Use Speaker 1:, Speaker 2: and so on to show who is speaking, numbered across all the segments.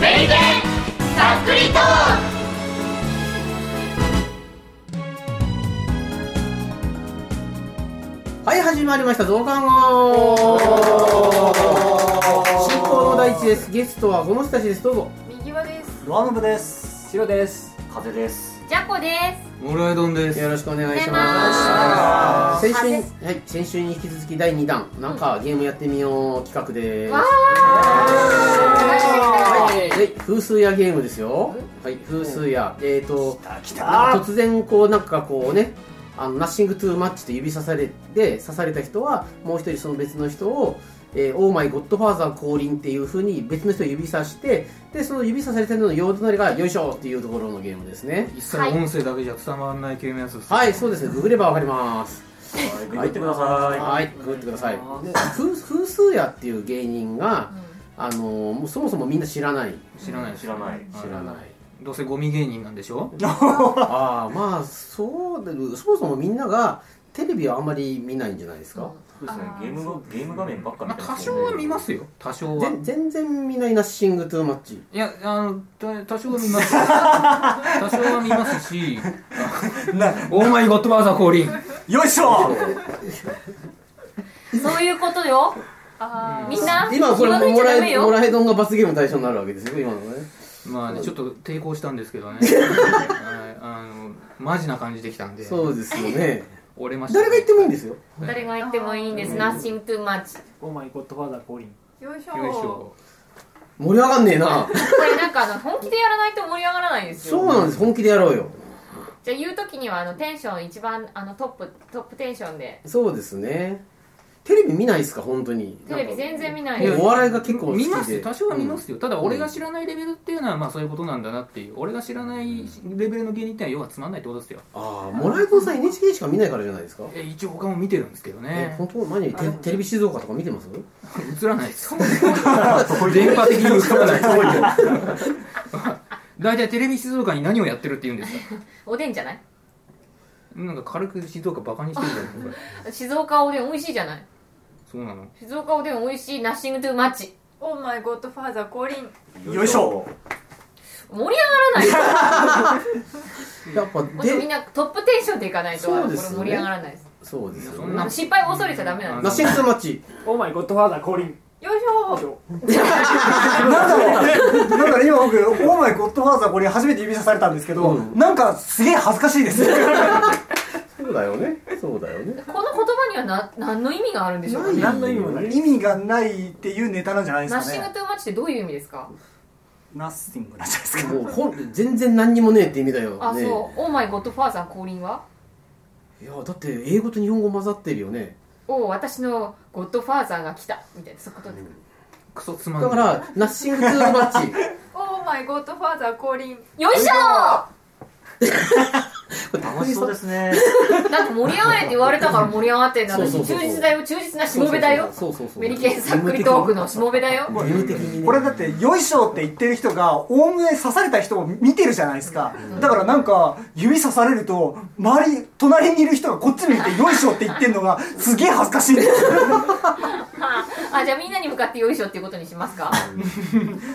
Speaker 1: メリケンさっくりトーク
Speaker 2: はい、始まりました、増刊号進行の第一です。ゲストはこの人たちです、どうぞ。
Speaker 3: 右輪です。
Speaker 4: ドアノブです。白です。風です。
Speaker 3: ジャコです。
Speaker 5: モルアイドンです。
Speaker 2: よろしくお願いしま。
Speaker 3: ますす
Speaker 2: 先週に
Speaker 3: は、
Speaker 2: はい、先週に引き続き第2弾、なんかゲームやってみよう企画です。
Speaker 3: わ
Speaker 2: はい、はい風水やゲームですよ。はい、風水や、えっ、ー、と、
Speaker 4: あ、来
Speaker 2: なん
Speaker 4: た。
Speaker 2: か突然こうなんかこうねあのナッシングトゥーマッチと指さされて刺された人はもう一人その別の人を「えー、オーマイ・ゴッドファーザー降臨」っていうふうに別の人を指さしてでその指さされてるのの用隣が「よいしょ!」っていうところのゲームですね
Speaker 5: 一切音声だけじゃ伝わらない系のやつです。
Speaker 2: はいそうですねググればわかります
Speaker 4: ググってくださ
Speaker 2: はいググってくださいで風風数屋っていう芸人が、あのーもうそもそもみんな知らない
Speaker 5: 知らないで
Speaker 4: い。
Speaker 5: す。
Speaker 4: 知らない。
Speaker 2: 知らない
Speaker 5: どうせゴミ芸人なんでしょ
Speaker 2: ああまあそうだそもそもみんながテレビはあんまり見ないんじゃないですか、
Speaker 4: そうですね。ゲームのゲーム画面ばっか
Speaker 5: ま
Speaker 4: 見
Speaker 5: あ
Speaker 4: て
Speaker 5: 多
Speaker 4: ます
Speaker 5: 少は見ますよ。多少は
Speaker 2: ぜ。全然みんなナッシングトゥーマッチ
Speaker 5: いや、あの、た多少は見ます。 多少は見ますし、
Speaker 4: な
Speaker 5: オーマイゴッドバーザー降臨。
Speaker 4: よいしょ。
Speaker 3: そういうことよ。みんな
Speaker 2: 今こ
Speaker 3: 言
Speaker 2: れ
Speaker 3: わない
Speaker 2: も
Speaker 3: と
Speaker 2: ら
Speaker 3: ダメ
Speaker 2: え
Speaker 3: よ
Speaker 2: もらえどんが罰ゲーム対象になるわけですよ今のね
Speaker 5: まあね、ちょっと抵抗したんですけどね。はいあの、マジな感じできたんで。
Speaker 2: そうですよね
Speaker 5: 折れました。
Speaker 2: 誰が言ってもいいんですよ
Speaker 3: 誰が言ってもいいんです。ナッシングトゥーマッチ。
Speaker 4: オーマイゴッドファーザー降臨。
Speaker 3: よいし
Speaker 5: よいし。ょ。
Speaker 2: 盛り上がんねえな
Speaker 3: これなんかあの本気でやらないと盛り上がらないですよ。
Speaker 2: そうなんです本気でやろうよ
Speaker 3: じゃあ言うときにはあのテンション一番あのトップトップテンションで。
Speaker 2: そうですねテレビ見ないですか本当に
Speaker 3: テレビ全然見ない
Speaker 2: ん
Speaker 3: で
Speaker 2: か
Speaker 3: す
Speaker 2: もうお笑いが結構好きで
Speaker 5: 見ますよ多少は見ますよ、ただ俺が知らないレベルっていうのはまあそういうことなんだなっていう俺が知らないレベルの芸人ってのは要はつまんないってことですよ
Speaker 2: ああもらえどんさん NHK しか見ないからじゃないですか
Speaker 5: え一応他も見てるんですけど
Speaker 2: え
Speaker 5: ね
Speaker 2: 本当何テテレビ静岡とか見てます
Speaker 5: 映らないです電波的に映 らない 大体テレビ静岡に何をやってるって言うんですか
Speaker 3: おでんじゃない？
Speaker 5: なんか軽く静岡バカにしてるじゃないですか
Speaker 3: 静岡おでん美味しいじゃない？
Speaker 5: そうなの
Speaker 3: 静岡おでん美味しいナッシングトゥーマッチ。
Speaker 6: オーマイゴッドファーザー降臨
Speaker 4: よいしょ。
Speaker 3: 盛り上がらない。
Speaker 2: やっぱ
Speaker 3: もっとみん
Speaker 2: で
Speaker 3: なトップテンションでいかないと
Speaker 2: そ
Speaker 3: こ
Speaker 2: う
Speaker 3: れ
Speaker 2: ですね
Speaker 3: 盛り上がらないです。
Speaker 2: そうです
Speaker 5: そ
Speaker 2: よ
Speaker 5: ん
Speaker 2: ね
Speaker 5: な
Speaker 3: あの失敗を恐れちゃダメなん
Speaker 2: ナ
Speaker 3: で
Speaker 2: ッシングトゥーマッチ
Speaker 7: オーマイゴッドファーザー降臨
Speaker 6: よいしょ
Speaker 4: なんだろう。なんだろう。今僕オーマイゴッドファーザー降臨初めて指さされたんですけど、
Speaker 2: うん
Speaker 4: なんかすげえ恥ずかしいです。
Speaker 2: そうだよねそうだよね
Speaker 3: す。この言葉にはな何の意味があるんでしょうかね。
Speaker 4: 何の意味もない。意味がないっていうネタなんじゃないです
Speaker 3: ナッ
Speaker 4: か
Speaker 3: シング
Speaker 4: ね。
Speaker 3: トゥーマッチってどういう意味ですか
Speaker 4: ナッシングなんじゃないですか。
Speaker 2: もうほん全然何にもねえって意味だよ、ね、
Speaker 3: あ、そう。オーマイゴッドファーザー降臨はい
Speaker 2: やだって英語と日本語混ざってるよね
Speaker 3: おう私のゴッドファーザーが来た。みたいな、そういうことですか。
Speaker 5: クソつまんな
Speaker 2: だ
Speaker 5: い
Speaker 2: からナッシングトゥーマッチ
Speaker 6: オーマイゴッドファーザー降臨
Speaker 3: よいしょ
Speaker 2: これ
Speaker 4: 楽しそうですね。
Speaker 3: だって盛り上がれって言われたから盛り上がってんだ。
Speaker 2: そう
Speaker 3: 私、
Speaker 2: そう
Speaker 3: 忠
Speaker 2: そう
Speaker 3: 実だよ。忠実な しもべだよ。
Speaker 2: そうそうそう
Speaker 3: メリケンさっくりトークのしもべだよ。
Speaker 2: 義務的にね
Speaker 4: これだって「よいしょ」って言ってる人がおおむね刺された人を見てるじゃないですかだからなんか指刺されると周り隣にいる人がこっち向いて「よいしょ」って言ってるのがすげえ恥ずかしいんですよ
Speaker 3: あ、じゃあみんなに向かってよいしょっていうことにしますか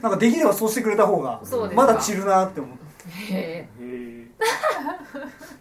Speaker 4: なんかできればそうしてくれた方が
Speaker 3: そうですか
Speaker 4: まだ散るなって思って
Speaker 3: へ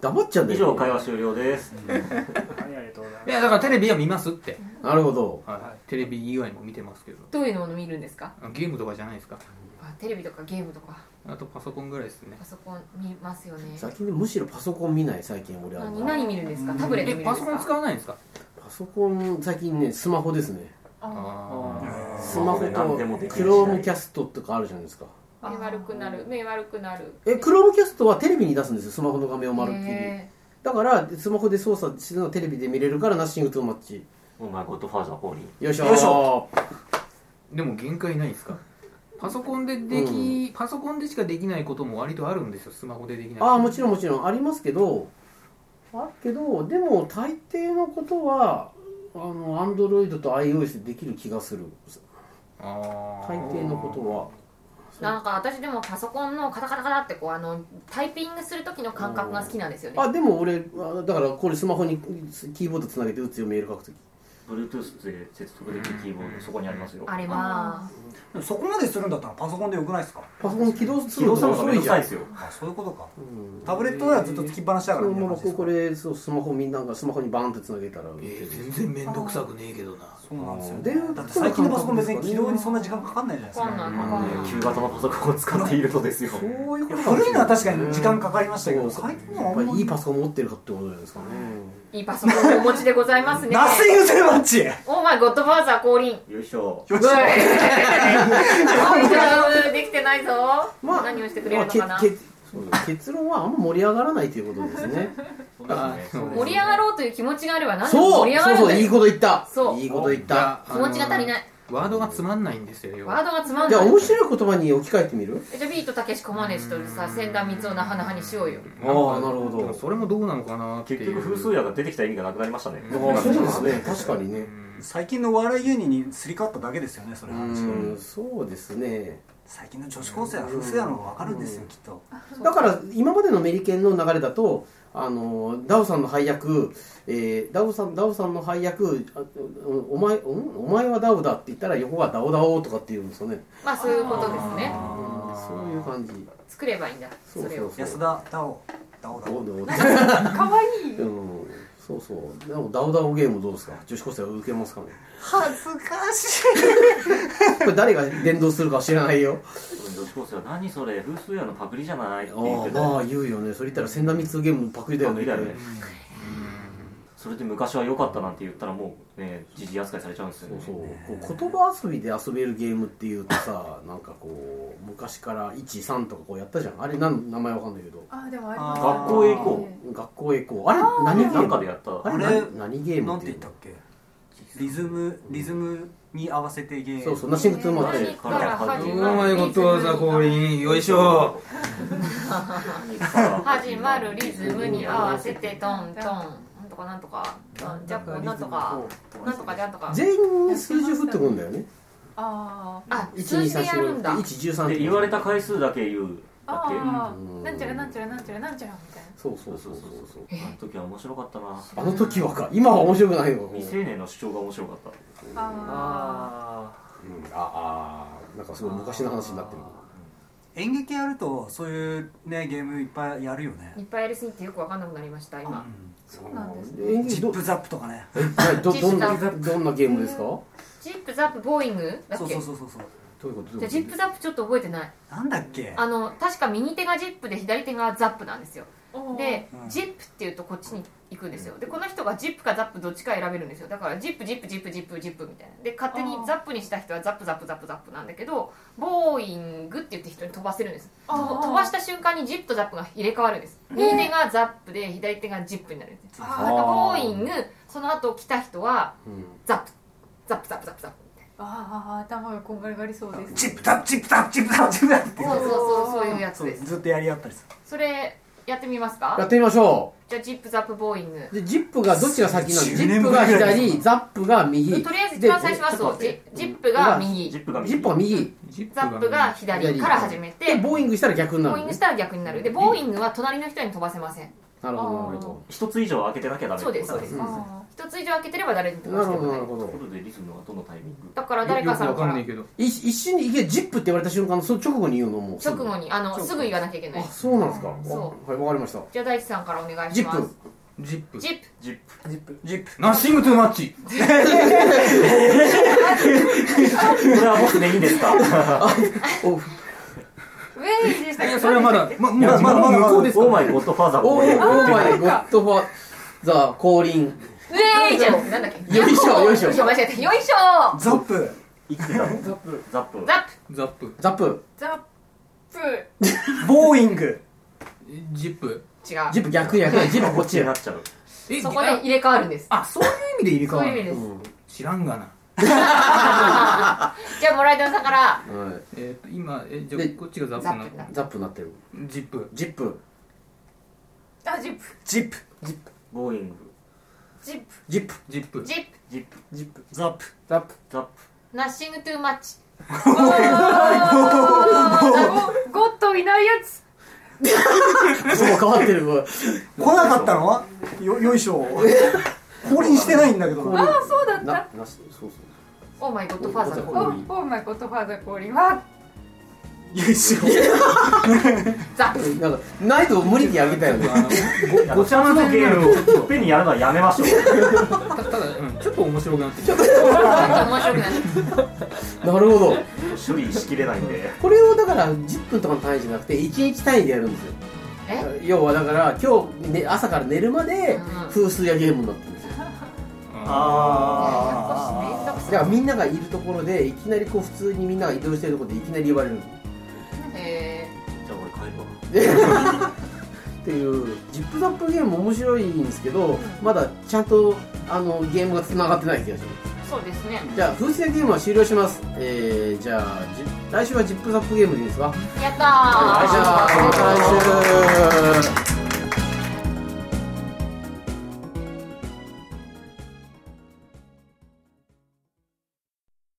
Speaker 2: 黙っちゃうんだ
Speaker 8: 以
Speaker 2: よ
Speaker 8: 上会話終了です
Speaker 7: はいありがとうございま
Speaker 5: いやだからテレビは見ますって、
Speaker 2: なるほど
Speaker 5: はい、テレビ以外も見てますけど
Speaker 3: えどういうのを見るんですか
Speaker 5: あゲームとかじゃないですか
Speaker 3: あテレビとかゲームとか
Speaker 5: あとパソコンぐらいですね
Speaker 3: パソコン見ますよね。
Speaker 2: 最近むしろパソコン見ない最近俺は
Speaker 3: 何何見るんですかタブレット
Speaker 5: え
Speaker 3: 見るん
Speaker 5: パ
Speaker 3: で
Speaker 5: ソ
Speaker 3: す
Speaker 5: コン
Speaker 3: か
Speaker 5: 使わないんですか
Speaker 2: パソコン最近ねスマホですね
Speaker 5: あ
Speaker 2: スマホと
Speaker 8: 何でもできる
Speaker 2: クロームキャストとかあるじゃないですか
Speaker 3: 目悪くなる目悪くなる
Speaker 2: えクロームキャストはテレビに出すんですよスマホの画面を丸っきり
Speaker 3: へ
Speaker 2: だからスマホで操作してるのをテレビで見れるからナッシングトゥーマッチ
Speaker 8: お前ゴッドファーザー降臨
Speaker 2: よいしょ
Speaker 4: よいしょ
Speaker 5: ーでも限界ないんですかパソコンででき、パソコンでしかできないことも割とあるんですよスマホでできない
Speaker 2: ああもちろんもちろんありますけどあるけどでも大抵のことはあのアンドロイドと iOS でできる気がする
Speaker 5: あー
Speaker 2: 大抵のことは
Speaker 3: ーなんか私でもパソコンのカタカタカタってこうあのタイピングする時の感覚が好きなんですよね
Speaker 2: あでも俺あだからこれスマホにキーボードつなげて打つよメール書くとき
Speaker 8: Bluetooth で接続できるキーボードそこにありますよ
Speaker 3: あれは
Speaker 4: でもそこまでするんだったらパソコンでよくないですか
Speaker 2: パソコン起動す
Speaker 8: 起
Speaker 2: るのと
Speaker 8: 動さ
Speaker 2: か
Speaker 8: んも
Speaker 2: す
Speaker 8: そ
Speaker 2: ご
Speaker 8: れ
Speaker 2: い
Speaker 8: く
Speaker 2: じゃ
Speaker 8: さい
Speaker 2: ん
Speaker 8: ですよ
Speaker 4: あそういうことか
Speaker 2: うん
Speaker 4: タブレットではずっとつきっぱなしだ
Speaker 2: そ
Speaker 4: から
Speaker 2: の
Speaker 4: みた
Speaker 2: ま
Speaker 4: い
Speaker 2: ま
Speaker 4: な感じ
Speaker 2: こ
Speaker 4: ですか
Speaker 2: これそうスマホみんながスマホにバーンとつなげたら
Speaker 5: えー全然面倒くさくねえけどな
Speaker 4: そうなんですよ
Speaker 2: で
Speaker 4: だって最近のパソコン別に起動にそんな時間かかんないじゃないです
Speaker 3: わかんな
Speaker 4: か
Speaker 3: い
Speaker 8: うん
Speaker 3: わかんない
Speaker 8: 旧型のパソコンを使っているとですよ
Speaker 2: そういうことかもしれない
Speaker 4: 古いのは確かに時間かかりましたけど
Speaker 2: そう
Speaker 4: 最近のは
Speaker 2: や
Speaker 4: あ
Speaker 2: っ
Speaker 4: ん
Speaker 2: ぱり
Speaker 4: まり
Speaker 2: いいパソコン持ってるかってことじゃないですかね
Speaker 3: いいパソコンをお持ちでござい ますね
Speaker 4: ナッシングセルマッチ
Speaker 3: オーマイゴッドファーザー降臨
Speaker 8: よいしょ
Speaker 4: よ
Speaker 3: ういできてないぞ、
Speaker 2: まあ
Speaker 3: 何をしてくれるのか
Speaker 2: ま
Speaker 3: な
Speaker 2: あけけそうだ結論はあんま盛り上がらないということですね
Speaker 8: そうですね
Speaker 3: 盛り上がろうという気持ちが あれば何でも盛
Speaker 2: そう
Speaker 3: り上が
Speaker 2: そ
Speaker 3: る
Speaker 2: う
Speaker 3: ん
Speaker 2: そう
Speaker 3: だ
Speaker 2: いい
Speaker 3: よ
Speaker 2: こと言った
Speaker 3: そう
Speaker 2: いいこと言っ
Speaker 5: いや
Speaker 2: た
Speaker 3: 気持ちが足りない
Speaker 5: ワードがつまんないんですよ要
Speaker 3: ワ
Speaker 5: は
Speaker 3: ードがつまん
Speaker 2: じゃ
Speaker 3: な
Speaker 2: あ
Speaker 3: い
Speaker 2: 面白い言葉に置き換えてみる
Speaker 3: えじゃあビートたけしこまねしとるさ千田光雄なはなはにしようよ
Speaker 2: ああなるほ
Speaker 5: でも
Speaker 2: ど
Speaker 5: それもどうなのかなっていう
Speaker 8: 結局風水屋が出てきた意味がなくなりましたね
Speaker 5: うん
Speaker 2: そうですね確かにね
Speaker 4: 最近のお笑い芸人にすり替わっただけですよねそれ
Speaker 2: う
Speaker 4: は
Speaker 2: んそうですね
Speaker 4: 最近の女子高生は風船なのが分かるんですよきっと
Speaker 2: だから今までのメリケンの流れだとあのダウさんの配役、えーダウさんダウさんの配役あおお前んお前はダウだって言ったら横はダオダオとかって言うんですよね
Speaker 3: まあそういうことですね
Speaker 2: うんそういう感じ
Speaker 3: 作ればいいんだそ
Speaker 2: そうそう
Speaker 3: れを
Speaker 2: そう
Speaker 4: 安田ダオダオダ
Speaker 2: ダオ
Speaker 4: オ
Speaker 2: ダオ
Speaker 6: かわいい
Speaker 2: うんそうそうでもダオダオゲームどうですか女子高生は受けますかね
Speaker 4: 恥ずかし
Speaker 2: これ誰が伝道するかは知らないよ
Speaker 8: 女子高生は何それ風水屋のパクリじゃないって
Speaker 2: あ
Speaker 8: 言っ
Speaker 2: あ
Speaker 8: て
Speaker 2: ま
Speaker 8: た
Speaker 2: あ言うよねそれ言ったら千田光ゲームパクリだよね
Speaker 8: パクリだよねそれで昔は良かったなんて言ったらもうねじじい扱いされちゃうんですよ
Speaker 2: そう
Speaker 8: ね
Speaker 2: そうこう言葉遊びで遊べるゲームっていうとさなんかこう昔から13とかこうやったじゃんあれなん名前わかんないけど
Speaker 6: あでもあります
Speaker 4: あ
Speaker 8: 学校へ行こ
Speaker 2: 学校へ行こうあれ何ゲーム
Speaker 8: なんかでやった
Speaker 2: あれ
Speaker 4: あれ
Speaker 2: 何何ゲー
Speaker 4: いな
Speaker 2: ム
Speaker 4: ん
Speaker 2: ってて
Speaker 4: 言
Speaker 2: い
Speaker 4: っ
Speaker 2: う
Speaker 4: た
Speaker 2: の
Speaker 4: っけリズムリズムに合わせてゲーム
Speaker 2: そうそうナッシングトゥーマ
Speaker 3: 何
Speaker 2: ッチ
Speaker 3: から
Speaker 5: お
Speaker 3: 始まる
Speaker 5: 前ことわざ降臨よいしょ
Speaker 3: 始まるリズムに合わせてトントンなんとかなんとかじゃこうなんとかなんとかじゃんとか
Speaker 2: 全員数字振ってこんだよね
Speaker 6: あー
Speaker 3: あ数字でやるんだ
Speaker 2: 113
Speaker 8: で言われた回数だけ言うだけあ
Speaker 6: あ
Speaker 2: うん
Speaker 6: ーなんちゃらなんちゃらなんちゃらなんちゃらみたいな
Speaker 2: そうそうそうそうそう
Speaker 8: の時は面白かったな
Speaker 2: あの時はか今は面白くないのかもう
Speaker 8: 未成年の主張が面白かった
Speaker 6: あ
Speaker 2: うんああなんかすごい昔の話になってる
Speaker 4: 演劇やるとそういうねゲームいっぱいやるよね
Speaker 3: いっぱいやりすぎてよくわかんなくなりました今
Speaker 2: そう
Speaker 6: なんですね
Speaker 2: ね
Speaker 4: ジップザップとかね
Speaker 2: どどんなどんなゲームですかど
Speaker 3: ジップザップボーイングだっ
Speaker 4: そう
Speaker 3: け
Speaker 4: そうそうそうそう
Speaker 2: ういうことどういうこと
Speaker 3: じゃあジップザップちょっと覚えてない
Speaker 4: なんだっけ
Speaker 3: あの確か右手がジップで左手がザップなんですよ
Speaker 6: ー
Speaker 3: で、
Speaker 4: うん
Speaker 3: ジップっていうとこっちに行くんですよでこの人がジップかザップどっちか選べるんですよだからジップジップジップジップジップみたいなで勝手に
Speaker 6: あー
Speaker 3: ザップにした人はザップザップザップザップなんだけどボーイングって言って人に飛ばせるんです
Speaker 6: あー
Speaker 3: 飛ばした瞬間にジップとザップが入れ替わるんです右手がザップで左手がジップになるんですよだ
Speaker 6: あ
Speaker 3: からボーイングその後来た人は
Speaker 2: うん
Speaker 3: ザップザップザップザップザップ
Speaker 6: あー頭がこんがりがりそうです
Speaker 4: ジップタップジップタップジップタップジップタップって
Speaker 3: そうそうそうそういうやつ
Speaker 4: そう
Speaker 3: です
Speaker 4: ずっとやり合ったりする
Speaker 3: それやってみます
Speaker 2: やっ
Speaker 3: か
Speaker 2: てみましょ
Speaker 3: じゃあジップザップボーイング
Speaker 2: うでジップがどっちが先なのジ
Speaker 4: 10
Speaker 2: ップが
Speaker 4: 年ぶりぐらいで
Speaker 2: 左ザップが右
Speaker 3: とりあえず一番最初は
Speaker 2: で
Speaker 3: そう
Speaker 2: ちょっと待
Speaker 3: ジ
Speaker 2: って
Speaker 3: ジップが右
Speaker 8: ジップが
Speaker 2: ジップが右
Speaker 5: ジッ
Speaker 3: ザップが左から始めて
Speaker 2: でボーイングしたら逆にな
Speaker 3: ボ
Speaker 2: る
Speaker 3: ーイン
Speaker 2: のね
Speaker 3: グしたら逆になるでボーイングは隣の人に飛ばせません
Speaker 2: なるほどなるほ
Speaker 8: 一つ以上開けてなきゃダメ
Speaker 3: そうですそうです
Speaker 2: うん
Speaker 6: あ
Speaker 3: 一つ以上開けてれば誰に
Speaker 2: ど
Speaker 3: 飛ば
Speaker 2: な
Speaker 3: して
Speaker 2: るほど
Speaker 3: も
Speaker 2: な
Speaker 3: ね
Speaker 2: るほ
Speaker 8: と
Speaker 2: ど
Speaker 8: ころでリズムはどのタイミング
Speaker 3: だから誰かさん
Speaker 5: よく
Speaker 3: か
Speaker 5: わかんな
Speaker 3: ら
Speaker 5: いけど
Speaker 2: い一瞬にいけジップって言われた瞬間のその直後に言うのもうす
Speaker 3: 直
Speaker 2: ぐ
Speaker 3: 後にあのすぐ言わなきゃいけな
Speaker 2: あ
Speaker 3: い
Speaker 2: そうなんですか
Speaker 3: そ
Speaker 2: あはいわかりました
Speaker 3: じゃあ大地さんからお願い
Speaker 2: ジ
Speaker 3: し
Speaker 2: ッ
Speaker 3: ま
Speaker 2: プ
Speaker 3: す
Speaker 5: ジップ
Speaker 3: ジップ
Speaker 8: ジップ
Speaker 4: ジップジップ
Speaker 5: ナッシングトゥーマッチ
Speaker 8: これは僕でいいんですか
Speaker 2: お
Speaker 6: ーウェイでした
Speaker 5: いやそれはまだまもう
Speaker 4: まあまあ
Speaker 5: もう向こうです
Speaker 8: オーマイゴッドファーザー
Speaker 2: お
Speaker 8: こ
Speaker 2: ー
Speaker 8: れ
Speaker 2: おーマイゴッドファザー降臨
Speaker 3: ウェーイじゃんなんだっけ
Speaker 2: よいしょよいしょ
Speaker 3: よいしょ間違えたよいしょ
Speaker 4: ザップ
Speaker 8: 生きてたのザップザップ
Speaker 3: ザップ
Speaker 5: ザップ
Speaker 2: ザップ
Speaker 6: ザップ
Speaker 4: ボーイング
Speaker 5: ジップ
Speaker 3: 違う
Speaker 2: ジップ逆逆ジップこっ
Speaker 8: こっち
Speaker 2: ち
Speaker 8: にな
Speaker 2: や
Speaker 8: っちゃう
Speaker 5: え
Speaker 3: そこで入れ替わるんです
Speaker 5: あそういう意味で入れ替
Speaker 3: そ
Speaker 5: わ
Speaker 3: ういう意味
Speaker 5: る
Speaker 3: で
Speaker 2: うん
Speaker 5: 知らんがな
Speaker 3: すじゃあモライダーさんから
Speaker 2: は
Speaker 5: えっと今えじゃあ
Speaker 2: で
Speaker 5: こっちがザップ
Speaker 3: ザ
Speaker 5: な
Speaker 3: ップだ
Speaker 2: いザップになってる
Speaker 5: ジップ
Speaker 2: ジップ
Speaker 6: あジップ
Speaker 4: ジップ
Speaker 8: ボーイング
Speaker 6: ジップ
Speaker 2: ジップ
Speaker 5: ジップ
Speaker 3: ジップ
Speaker 8: ジップ
Speaker 2: ジップ
Speaker 4: ザップ
Speaker 2: ザップ
Speaker 8: ザップ
Speaker 3: ナッシングトゥーマッチ
Speaker 6: ゴッドいないやつ
Speaker 2: そう変わってるこ
Speaker 4: 来なかったの よよいしょ降臨してないんだけど
Speaker 2: れ
Speaker 6: あそうだった
Speaker 2: ななしそうそう
Speaker 3: オーマイゴッドファーザー
Speaker 2: ゴ
Speaker 3: 降
Speaker 2: ッドファーザー
Speaker 3: 臨
Speaker 2: 降
Speaker 6: オーマイゴッドファーザー降臨は
Speaker 4: 優勝
Speaker 3: ザ
Speaker 2: なんか難易度を無理に上げたよね
Speaker 5: ごごちゃ
Speaker 8: あ
Speaker 5: 混ぜ
Speaker 8: の
Speaker 5: に
Speaker 8: ゲ
Speaker 5: な
Speaker 8: ー
Speaker 5: る
Speaker 8: ムをいっぺんにやるのはやめましょう。
Speaker 5: たただ、うんちょっと面白くなってきた
Speaker 3: なんか面白くない
Speaker 2: なるほど
Speaker 8: 処理しきれないんで。
Speaker 2: これをだから10分とかの単位じゃなくて1日単位でやるんですよ
Speaker 3: え
Speaker 2: 要はだから今日、ね、朝から寝るまで
Speaker 3: うん
Speaker 2: 風水やゲームになってるんですよ
Speaker 3: めんどく
Speaker 2: だからみんながいるところでいきなりこう普通にみんなが移動してるところでいきなり言われる
Speaker 3: え
Speaker 8: じゃあ俺帰るわ。
Speaker 2: っていうジップザップゲームも面白いんですけどまだちゃんとあのゲームがつながってない気がします
Speaker 3: ーそうですね
Speaker 2: じゃあ風船ゲームは終了しますえー、じゃあじ来週はジップザップゲームでいいですか
Speaker 3: やったー
Speaker 2: はいじゃあまた来週